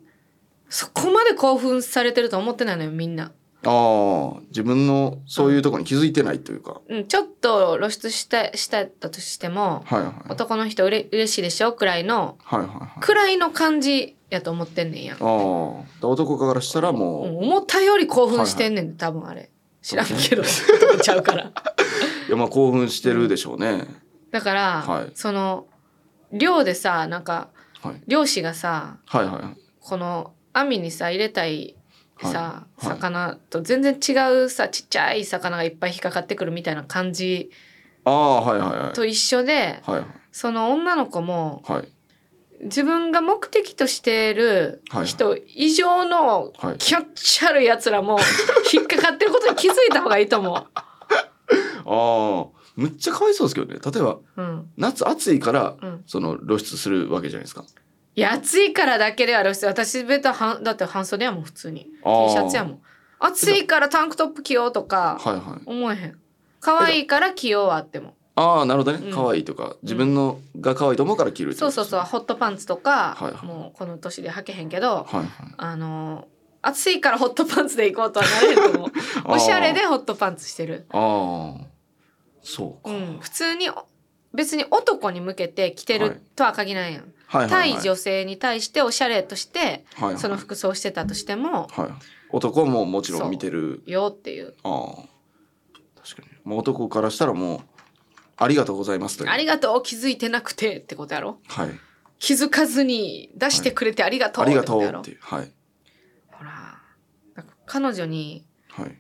S1: そこまで興奮されてると思ってないのよみんな、
S2: ああ自分のそういうところに気づいてないというか、
S1: うん、ちょっと露出したしたったとしても
S2: はいはいはい
S1: 男の人うれ嬉しいでしょくらいの
S2: はいはい
S1: くらいの感じやと思ってんねんや
S2: ああ男からしたらもう、
S1: う
S2: い
S1: ん思ったより興奮してんねんで、多分あれ知らんけどちゃうから
S2: やまあ興奮してるでしょうね、
S1: だから、
S2: はい
S1: その寮でさなんか
S2: はい、
S1: 漁師がさ
S2: はいはいはい
S1: この網にさ入れたいさ、
S2: はいはい
S1: 魚と全然違うさちっちゃい魚がいっぱい引っかかってくるみたいな感じ
S2: ああはいはいはい
S1: と一緒で
S2: はい
S1: その女の子も
S2: はい
S1: 自分が目的としてる
S2: はい
S1: 人以上の
S2: はい
S1: 気持ち悪いやつら も引っかかってることに気づいた方がいいと思
S2: ああむっちゃかわいそうですけどね例えば
S1: う。うん
S2: 夏暑いから、
S1: うん
S2: その露出するわけじゃないですか
S1: いや暑いからだけではあるし私ベタはんだって半袖やもん普通に T
S2: あー
S1: シャツやもん暑いからタンクトップ着ようとか
S2: はいはい
S1: 思えへん可愛いから着ようはあっても
S2: ああなるほどね
S1: うん
S2: 可愛いとか、自分のが可愛いと思うから着るって
S1: そ
S2: こ
S1: う
S2: と
S1: そう
S2: です
S1: そう
S2: ね
S1: ホットパンツとか、
S2: はいはい
S1: もうこの年で履けへんけど
S2: はい
S1: あの暑いからホットパンツで行こうとはなれる と思う
S2: はい
S1: おしゃれでホットパンツしてる、
S2: あーあーそう
S1: う
S2: か、
S1: ん、普通に別に男に向けて着て
S2: はい
S1: るとは限らんやん、
S2: はいはい
S1: 対
S2: はい
S1: 女性に対しておしゃれとして
S2: はいはい
S1: その服装してたとしても
S2: はい男はもうもちろん見てる
S1: よっていう
S2: ああ確かにもう男からしたらもうありがとうございますという
S1: ありがとう気づいてなくてってことやろ
S2: はい
S1: 気づかずに出してくれてありがとう
S2: あ
S1: って
S2: りが
S1: こと
S2: とう
S1: やろ、
S2: っていうはい
S1: ほらなんか彼女に
S2: はい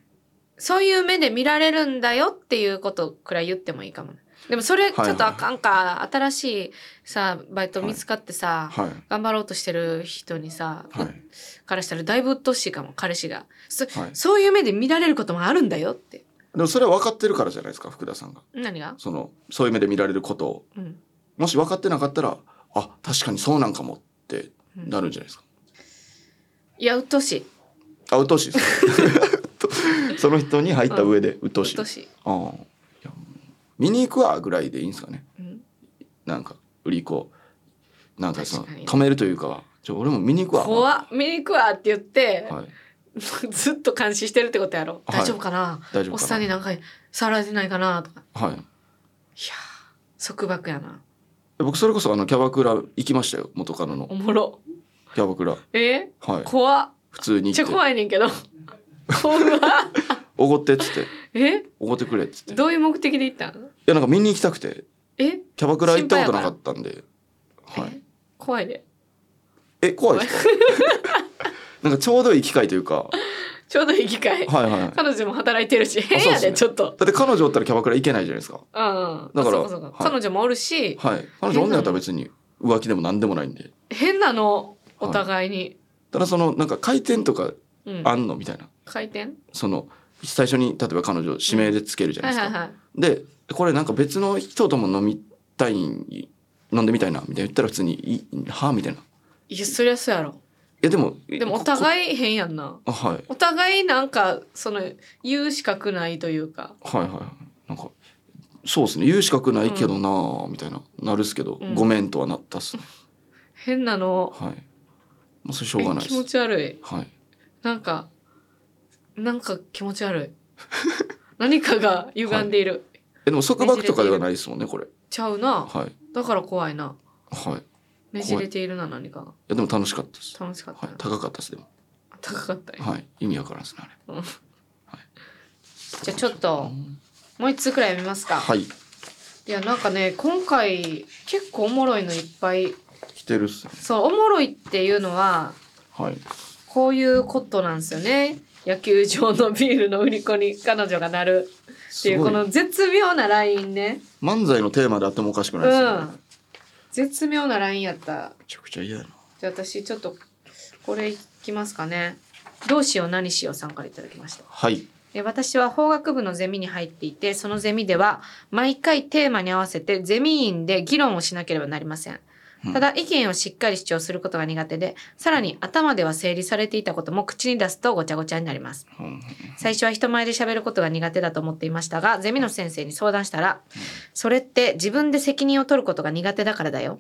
S1: そういう目で見られるんだよっていうことくらい言ってもいいかもねでもそれちょっとあかんか、新しいさバイト見つかってさ、
S2: はい
S1: 頑張ろうとしてる人にさ、
S2: はい
S1: からしたらだいぶ鬱陶しいかも彼氏がそ,、
S2: はいう
S1: いう目で見られることもあるんだよって
S2: でもそれは分かってるからじゃないですか福田さんが
S1: 何が、
S2: そのそういう目で見られることを
S1: うん
S2: もし分かってなかったらあ確かにそうなんかもって
S1: うん
S2: なるんじゃないですか、
S1: いや鬱陶しい
S2: あ鬱陶しいです その人に入った上で鬱陶し
S1: 鬱
S2: い,、
S1: 陶しい、
S2: ああいや見に行くわぐらいでいいんですかね
S1: うん、
S2: なんか売り子なんかその
S1: 確かに
S2: 止めるというかちょ俺も見に行くわ
S1: 怖っ見に行くわって言って、
S2: はい、
S1: ずっと監視してるってことやろ、
S2: はい
S1: 大丈夫かな
S2: 大丈夫かな
S1: おっさんになんか触られてないかなとかい
S2: はい、
S1: やー束縛やな
S2: 僕それこそあのキャバクラ行きましたよ元カノの
S1: おもろ
S2: キャバクラ
S1: え
S2: はい
S1: 怖っ
S2: 普通
S1: め
S2: に
S1: っちゃ
S2: 行って
S1: 怖いねんけ ど怖っ
S2: おごってっつって
S1: え
S2: おごってくれっつってい
S1: どういう目的で行ったん
S2: やなんか見に行きたくて
S1: え、
S2: キャバクラ行ったことなかったんではい
S1: え怖いで
S2: え怖いで すかなんかちょうどいい機会というか
S1: ちょうどいい機会、
S2: はいはいだ
S1: 彼女も働いてるし変や
S2: そう
S1: で
S2: っすね
S1: ちょっと
S2: って彼女おったらキャバクラ行けないじゃないですか
S1: うん
S2: だから
S1: そうそうか
S2: はい
S1: 彼女もおるし、
S2: はい彼女女やったら別に浮気でも何でもないんで
S1: 変なのお互いに、
S2: ただそのなんか回転とか
S1: うん
S2: あんのみたいな
S1: 回転
S2: その最初に例えば彼女指名でつけるじゃな
S1: はいい
S2: で
S1: は
S2: すか
S1: いはい
S2: でこれなんか別の人とも飲みたいん飲んでみたいなみたいな言ったら普通に「いはあ?」みたいな「い
S1: いやそりゃそうやろ
S2: やでも
S1: でもお
S2: い
S1: 互い変やんな
S2: あ、はい、
S1: お互いなんかその言う資格ないというか
S2: はいはいなんかそうですね言う資格ないけどなあみたいななるっすけど、
S1: うん
S2: ごめんとはなったっすね
S1: 変なの
S2: はいもうそれしょうがない
S1: え
S2: で
S1: 気持
S2: す
S1: ち悪い
S2: はい
S1: なんかなんか気持ち悪い 何かが歪んでいる、
S2: えでも束縛とかではないですもんねこれ
S1: ちゃうな
S2: はい
S1: だから怖いな
S2: はいい
S1: ねじれているな何かが
S2: やでも楽しかったです、
S1: 楽しかっ
S2: は
S1: た
S2: い
S1: な、、
S2: 高かったですでも
S1: 高かったね
S2: はい意味わからんっすねあれ
S1: じゃあちょっともう一つくらい読みますか、
S2: はい
S1: い、やなんかね今回結構おもろいのいっぱい
S2: 来てるっすね
S1: そうおもろいっていうのは
S2: はい
S1: こういうことなんですよね野球場のビールの売り子に彼女がなるってい
S2: す
S1: うこ
S2: ごい
S1: の絶妙なラインね
S2: 漫才のテーマであってもおかしくないです
S1: う
S2: よね、
S1: ん絶妙なラインやった
S2: めちゃくちゃ嫌やな
S1: じゃあ私ちょっとこれいきますかねどうしよう何しようさんからいただきました
S2: はい
S1: え私は法学部のゼミに入っていてそのゼミでは毎回テーマに合わせてゼミ員で議論をしなければなりません
S2: うん
S1: ただ意見をしっかり主張することが苦手でさらに頭では整理されていたことも口に出すとごちゃごちゃになります
S2: うん
S1: 最初は人前で喋ることが苦手だと思っていましたがゼミの先生に相談したらそれって自分で責任を取ることが苦手だからだよ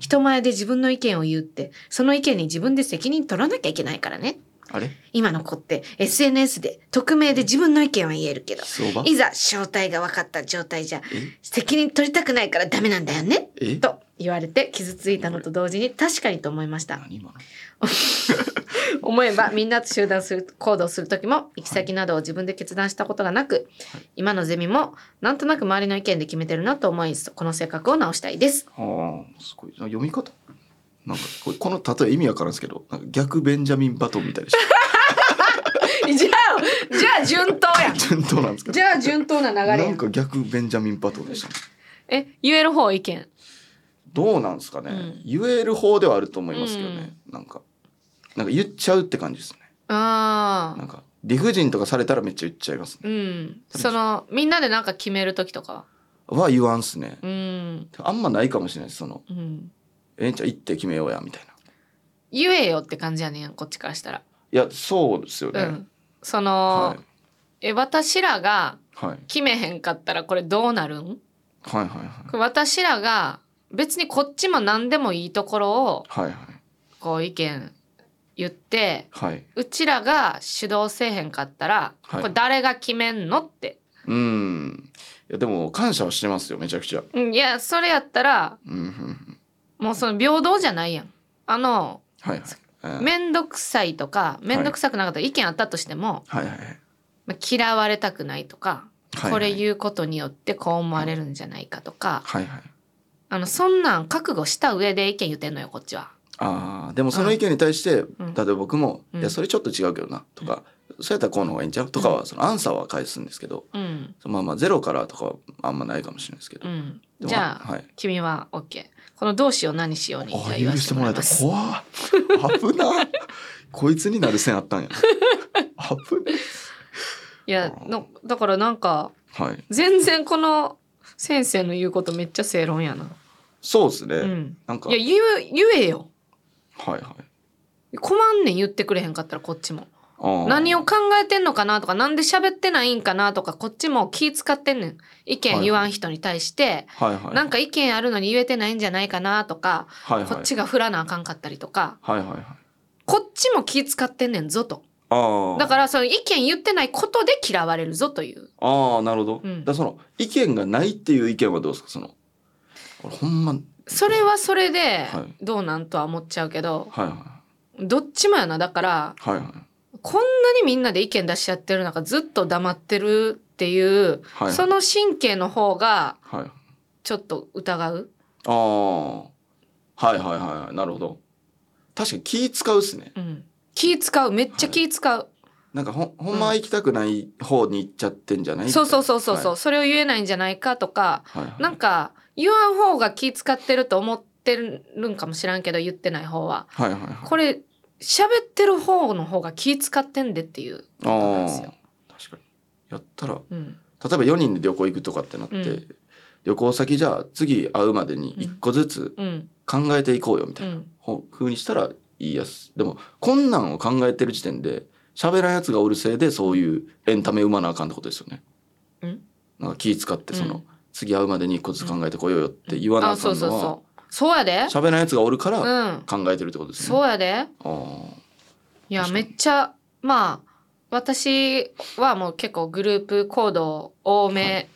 S1: 人前で自分の意見を言うってその意見に自分で責任取らなきゃいけないからね
S2: あれ
S1: 今の子って SNS で匿名で自分の意見は言えるけど
S2: 相場
S1: いざ正体が分かった状態じゃ
S2: え
S1: 責任取りたくないからダメなんだよね
S2: え
S1: と言われて傷ついたのと同時に確かにと思いました
S2: 何今の
S1: 思えばみんなと集団する行動する時も行き先などを自分で決断したことがなく、今のゼミもなんとなく周りの意見で決めてるなと思いこの性格を直したいです
S2: はあすごいな読み方なんかこれこの例え意味わからんすけどなんか逆ベンジャミン・バトンみたいでし
S1: じゃあじゃあ順当や
S2: た順当なんです けど
S1: じゃあ順当な流れ
S2: な
S1: や
S2: んか逆ベンジャミン・バトンでしたね
S1: え言える方意見
S2: どうなんですかね、
S1: うん
S2: 言える方ではあると思いますけどね、なんかなんか言っちゃうって感じですね
S1: あ
S2: な
S1: あ
S2: んか理不尽とかされたらめっちゃ言っちゃいますね
S1: うんそのみんなでなんか決める時とかは
S2: は言わんっすね
S1: うん
S2: あんまないかもしれないですその
S1: うん
S2: ええんちゃん行って決めようやみたいな
S1: 言えよって感じやねんこっちからしたら、
S2: いやそうですよね、
S1: うんその、
S2: はい
S1: え私らが
S2: はい
S1: 決めへんかったらこれどうなるん
S2: はいはい
S1: 私らが別にこっちも何でもいいところを
S2: はいはい
S1: こう意見言って
S2: はいはいう
S1: ちらが主導せえへんかったら、
S2: はい
S1: これ誰が決めんのって、
S2: うんいやでも感謝はしてますよめちゃくちゃ
S1: うんいやそれやったら
S2: うんうんうん
S1: もうその平等じゃないやんあの
S2: はいはいえー
S1: 面倒くさいとか面倒くさくなかったら意見あったとしても、
S2: はいはいはい
S1: まあ嫌われたくないとか、
S2: はい
S1: これ言うことによってこう思われるんじゃないかとか、
S2: はいはい
S1: あのそんなん覚悟した上で意見言ってんのよこっちは。
S2: あーでもその意見に対して、
S1: ん
S2: 例えば僕も、
S1: うん
S2: いやそれちょっと違うけどな」とか、そうやったらこうの方がいいんちゃう?」とかはそのアンサーは返すんですけど、
S1: うん
S2: まあまあゼロからとかはあんまないかもしれないですけど、
S1: うん、
S2: でも
S1: じゃあ、
S2: はい
S1: 君は OK この「どうしよう何しように」
S2: あ
S1: じゃあ
S2: あ許してもらえた
S1: ます
S2: 怖っ危なこいつになる線あったんや危ね
S1: いやのだからなんか
S2: はい
S1: 全然この先生の言うことめっちゃ正論やな。
S2: そうですね、
S1: うん、
S2: なんか
S1: いや言う言えよ。
S2: はいはい
S1: 困んねん言ってくれへんかったらこっちも。
S2: あー
S1: 何を考えてんのかなとかなんで喋ってないんかなとかこっちも気使ってんねん意見言わん人に対して、
S2: はいはい
S1: なんか意見あるのに言えてないんじゃないかなとか、
S2: はいはい
S1: こっちが振らなあかんかったりとか
S2: はいはいはい
S1: こっちも気使ってんねんぞと
S2: ああ
S1: だからその意見言ってないことで嫌われるぞという
S2: ああなるほど、
S1: うん
S2: だからその意見がないっていう意見はどうですかそのこれほんまはい
S1: それはそれで
S2: はい
S1: どうなんとは思っちゃうけど、
S2: はい
S1: どっちもやなだから
S2: はいはい
S1: こんなにみんなで意見出し合ってる中ずっと黙ってるっていう、
S2: はい
S1: その神経の方が
S2: はい
S1: ちょっと疑う。
S2: ああはいはいはいはいなるほど確かに気使うっすね
S1: うん、気使うめっちゃ気使う、
S2: なんかほんほんまは行きたくない方に行っちゃってんじゃない、
S1: そうそうそうそうそう、
S2: は
S1: それを言えないんじゃないかとか
S2: いはいはい、
S1: なんか言わん方が気使ってると思ってるんかもしらんけど言ってない方は
S2: はいはいはい
S1: これ喋ってる方の方が気使ってんでっていう、
S2: あ
S1: なんですよ
S2: あ確かにやったら例
S1: うん、
S2: えば4人で旅行行くとかってなって、
S1: うん
S2: 旅行先じゃあ次会うまでに1個ずつ
S1: うん
S2: 考えていこうよみた
S1: う
S2: いなんほ風にしたらいいやすでもこんなんを考えてる時点で喋らんやつがおるせいでそういうエンタメ生まなあかんってことですよね。
S1: うん
S2: なんか気使ってその、
S1: うん
S2: 次会うまでに1個ずつ考えてこようよって言わなあ
S1: あ
S2: か
S1: そうんそう
S2: のは
S1: そうそうやで
S2: 喋らんやつがおるから
S1: うん
S2: 考えてるってことですよ
S1: そ
S2: ね。
S1: うやで
S2: あ
S1: いや
S2: 確か
S1: め
S2: に
S1: っちゃまあ私はもう結構グループ行動多め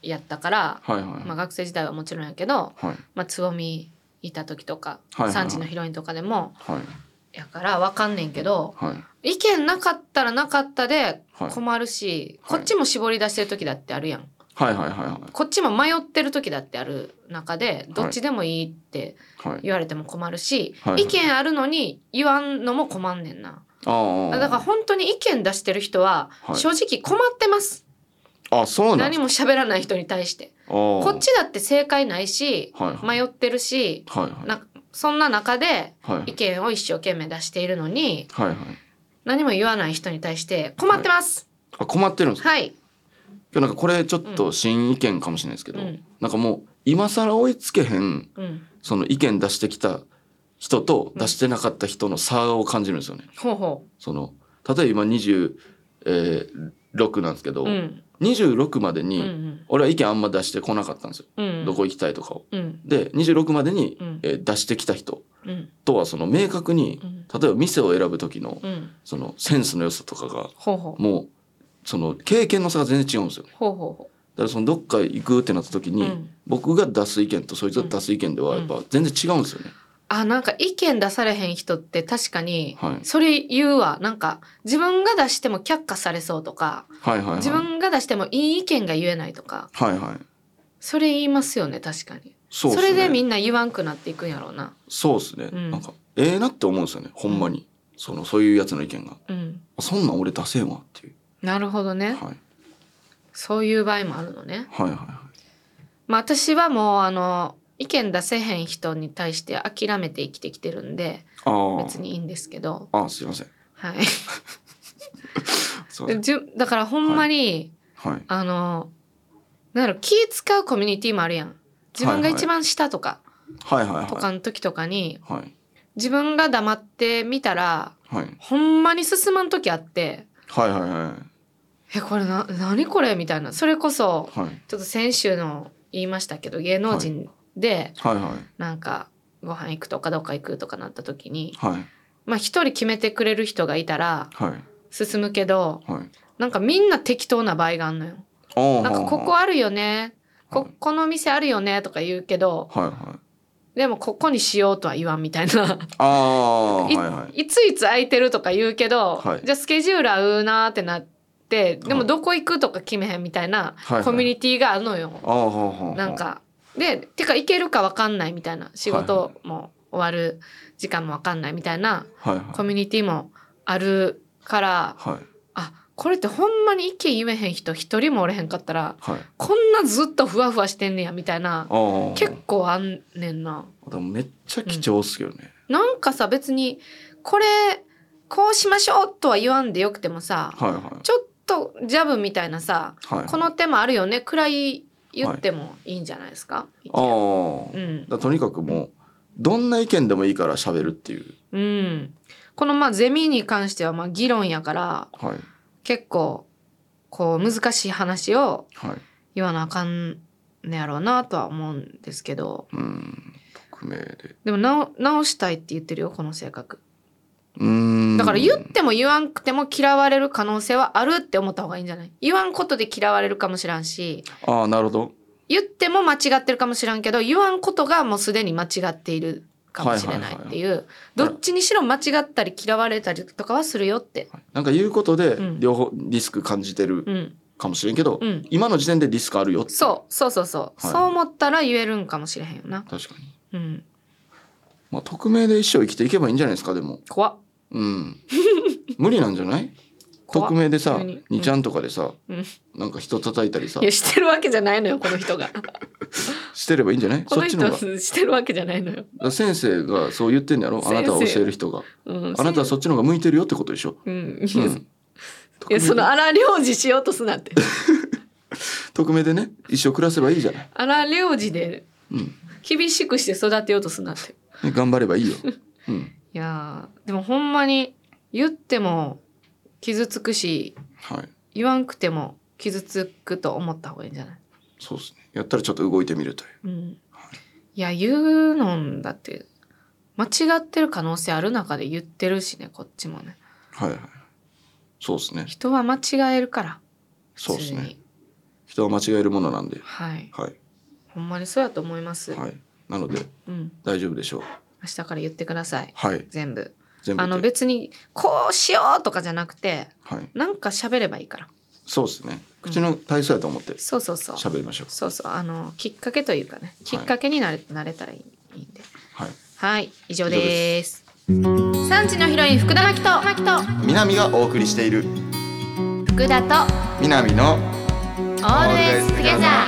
S1: やったから、
S2: あはいはいはい、
S1: まあ、学生時代はもちろんやけど、
S2: はい
S1: まあ、つぼみいた時とか、
S2: はいはいはい
S1: 産地のヒロインとかでも
S2: はい
S1: やから分かんねんけど
S2: はい
S1: 意見なかったらなかったで
S2: はい
S1: 困るし、
S2: はい
S1: こっちも絞り出してる時だってあるやん
S2: はいはいはいはい
S1: こっちも迷ってる時だってある中でどっちでもいいって
S2: はい
S1: 言われても困るし、
S2: はいはい
S1: 意見あるのに言わんのも困んねんな
S2: ああ
S1: だから本当に意見出してる人は
S2: はい
S1: 正直困ってます、
S2: あそうなんで
S1: 何
S2: すか
S1: も喋らない人に対して
S2: こ
S1: こっちだって正解ないし
S2: はいはい
S1: 迷ってるし
S2: はいはい
S1: なそんな中で
S2: はいはい
S1: 意見を一生懸命出しているのに
S2: はいはい
S1: 何も言わない人に対して困ってます。
S2: あ困ってるんですか
S1: はい。
S2: 今日なんかこれちょっと新意見かもしれないですけど、
S1: うん
S2: なんかもう今更追いつけへん
S1: うん。
S2: その意見出してきた人と出してなかった人の差を感じるんですよね。
S1: ほうほ
S2: その例えば今26、えー6なんですけど、
S1: う。うん。
S2: 26まで
S1: うんう
S2: に
S1: ん。
S2: 俺は意見あんま出してこなかったんですよ、
S1: うん。
S2: どこ行きたいとかを。
S1: うん。
S2: で26までに、
S1: うん
S2: えー出してきた人
S1: うん。
S2: とはその明確に
S1: うん。
S2: 例えば店を選ぶ時の
S1: うん。
S2: そのセンスの良さとかが
S1: ほうほう。
S2: もうその経験の差が全然違うんですよ。
S1: ほうほ
S2: だからそのどっか行くってなった時
S1: うほう。
S2: に、
S1: うん。
S2: 僕が出す意見とそいつが出す意見ではやっぱ全然違うんですよね。
S1: あ、なんか意見出されへん人って確かに、
S2: はい
S1: それ言うわ。なんか自分が出しても却下されそうとか、
S2: はいはいはい。
S1: 自分が出してもいい意見が言えないとか、
S2: はいはい。
S1: それ言いますよね、確かに。
S2: そうっすね。
S1: れでみんな言わんくなっていくんやろうな。
S2: そうですね。
S1: うん
S2: なんかええなって思うんですよね。ほんまに。そのそういうやつの意見が。
S1: うん。
S2: あそんなん俺出せんわっていう。
S1: なるほどね。
S2: はい
S1: そういう場合もあるのね。
S2: はいはいは
S1: まあ、私はもうあの意見出せへん人に対して諦めて生きてきてるんで
S2: い。あ
S1: 別にいいんですけど、
S2: あ。ああすいません。
S1: は
S2: すいま せ
S1: い、
S2: ん。
S1: じゅだからほんまに、
S2: はい
S1: あのなんだろう気使うコミュニティもあるやん自分が一番下とか、
S2: はいはい
S1: と
S2: は
S1: かの時とかに
S2: い。はい
S1: 自分が黙ってみたら
S2: はい
S1: ほんまに進まん時あって
S2: はいはいはい
S1: 「えこれな何これ?」みたいなそれこそ
S2: はい
S1: ちょっと先週の言いましたけど芸能人で
S2: はいは
S1: なんかご飯行くとかどっか行くとかなった時に
S2: いはい
S1: まあ一人決めてくれる人がいたら
S2: はい
S1: 進むけど
S2: はい
S1: なんかみんな適当な場合があんのよ。
S2: ああ
S1: なんかここあるよねここの店あるよねとか言うけど
S2: はいはい
S1: でもここにしようとは言わんみたいな。
S2: ああはいいはい
S1: いついつ空いてるとか言うけど、
S2: はい
S1: じゃあスケジュール合うなーってなってで
S2: は
S1: も
S2: い
S1: どこ行くとか決めへんみたいな
S2: はいはい
S1: コミュニティがあるのよ。
S2: ああはあはあ
S1: なんかでてか行けるか分かんないみたいな仕事も終わる時間も分かんないみたいな
S2: はいはい
S1: コミュニティもあるから
S2: はい
S1: あこれってほんまに意見言えへん人一人もおれへんかったら
S2: はい
S1: こんなずっとふわふわしてんねやみたいな
S2: ああ
S1: 結構あんねんな。
S2: でもめっちゃ貴重っすけどね、
S1: なんかさ別にこれこうしましょうとは言わんでよくてもさ
S2: はいはい
S1: ちょっとジャブみたいなさ
S2: はい
S1: この手もあるよねくらい言ってもいいんじゃないですか、
S2: ああ、
S1: うん
S2: だからとにかくもうどんな意見でもいいから喋るっていう
S1: うん、このまあゼミに関してはまあ議論やから
S2: はい
S1: 結構こう難しい話を
S2: はい
S1: 言わなあかんねやろうなとは思うんですけど
S2: うん匿名で
S1: でも直直したいって言ってるよこの性格
S2: うーん
S1: だから言っても言わんくても嫌われる可能性はあるって思った方がいいんじゃない言わんことで嫌われるかもしらんし
S2: ああなるほど
S1: 言っても間違ってるかもしらんけど言わんことがもうすでに間違っているかもしれないっていう、どっちにしろ間違ったり嫌われたりとかはするよって。
S2: なんか言うことで
S1: うん
S2: 両方リスク感じてる
S1: うん
S2: かもしれんけど、
S1: うん
S2: 今の時点でリスクあるよって
S1: そうそうそうそう、
S2: はい
S1: そう思ったら言えるんかもしれへんよな
S2: 確かに
S1: うん
S2: まあ匿名で一生生きていけばいいんじゃないですかでも
S1: 怖っ
S2: うん 無理なんじゃない
S1: 怖っ
S2: 匿名でさ
S1: 急にうん
S2: 2ちゃんとかでさ、
S1: うん
S2: なんか人叩いたりさ
S1: いやしてるわけじゃないのよこの人 が
S2: してればいいんじゃない
S1: こ
S2: そ
S1: の
S2: っち
S1: 人
S2: の方が
S1: してるわけじゃないのよ、
S2: だから先生がそう言ってんだろあ
S1: 先生
S2: なたは教える人が
S1: うん、
S2: あなたはそっちの方が向いてるよってことでしょ、
S1: うん
S2: う
S1: いや
S2: ん、
S1: いやその荒領事しようとすなって
S2: 匿名でね一生暮らせばいいじゃない、
S1: 荒領事で
S2: うん
S1: 厳しくして育てようとすなって
S2: ね頑張ればい いよ、うん
S1: いやーでもほんまに言っても傷つくし
S2: はい、
S1: 言わんくても傷つくと思った方がいいんじゃない、
S2: そうですねやったらちょっと動いてみるという
S1: うん、いや言うのんだって間違ってる可能性ある中で言ってるしねこっちもね
S2: はいはいそうですね
S1: 人は間違えるから
S2: そうです
S1: 普
S2: ね
S1: 通に
S2: 人は間違えるものなんで
S1: はい
S2: はい
S1: ほんまにそうやと思います、
S2: はいなので
S1: うん
S2: 大丈夫でしょう
S1: 明日から言ってください
S2: はい
S1: 全部
S2: 全部
S1: あの
S2: で
S1: 別にこうしようとかじゃなくて
S2: はい
S1: なんか喋ればいいから
S2: そうですね口の体操やと思って
S1: そうそうそう
S2: 喋りましょう
S1: そうそうあのきっかけというかねきっかけになれ,、なれたらいいいいんで
S2: はい
S1: はい以上です産地のヒロイン福田真希と
S2: 南がお送りしている
S1: 福田と
S2: 南の
S1: オールエストゲザ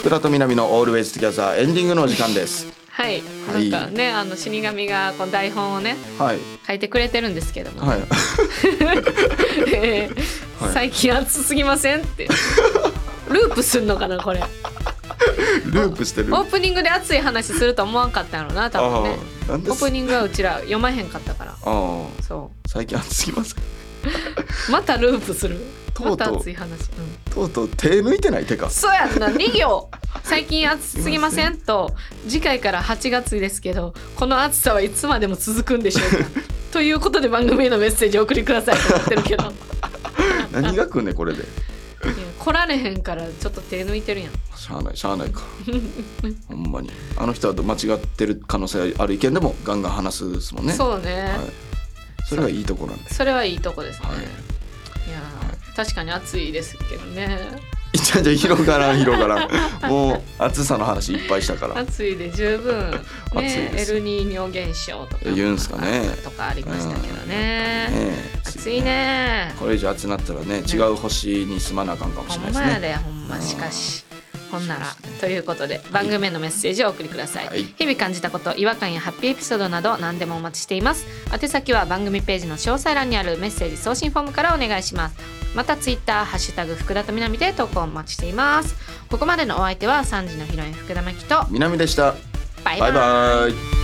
S2: 福田と南のオールウェイズトギャザーエンディングのお時間です
S1: ーはい、
S2: はい
S1: なんかねあの死神がこの台本をね
S2: はい
S1: 書いてくれてるんですけども、
S2: はい
S1: えー
S2: はい
S1: 最近暑すぎませんってループすんのかなこれ
S2: ループしてる。
S1: オープニングで熱い話すると思わんかったんやろな多分ね
S2: ああなんで
S1: オ
S2: す
S1: ープニングはうちら読まへんかったから
S2: ああ
S1: そ
S2: 最近暑すぎます。
S1: うまたループする
S2: とうと
S1: ま
S2: う
S1: た熱い話、うん
S2: とうとう手抜いてない手か。
S1: そうやんな2行 最近暑すぎませんと次回から8月ですけどこの暑さはいつまでも続くんでしょうか ということで番組へのメッセージをお送りくださいと思ってる けどいや
S2: 何がくんねこれで。
S1: 来られへんからちょっと手抜いてるやん
S2: しゃあないしゃあな いか。ほんまにあの人は間違ってる可能性ある意見でもガンガン話すですもんね。う。
S1: そうね、
S2: はい。それがいいとこなんで。
S1: それはいいとこですね、
S2: はい。
S1: い、やー確かに暑いですけどね
S2: いっちゃんじゃ広がらん広がら ん。もう暑さの話いっぱいしたから。
S1: 暑いで十分
S2: 暑い
S1: ね
S2: で
S1: エ
S2: す
S1: ルニーニョ現象とか
S2: 言うんすかね
S1: とかありましたけど
S2: うん
S1: ね
S2: やっぱり
S1: 暑い。ね
S2: これ以上暑なったらね違う星に住まなあかんかも
S1: ほ
S2: しれなんい
S1: ま
S2: で
S1: や
S2: すね。
S1: でほんましかしほんなら
S2: そうですね
S1: ということで番組へのメッセージをお送りください、
S2: はい
S1: 日々感じたこと違和感やハッピーエピソードなど何でもお待ちしています宛先は番組ページの詳細欄にあるメッセージ送信フォームからお願いしますまたツイッターハッシュタグ福田とみなみで投稿お待ちしていますここまでのお相手は3時のヒロイン福田真希と
S2: 南でした。
S1: バイバイ
S2: バイバイ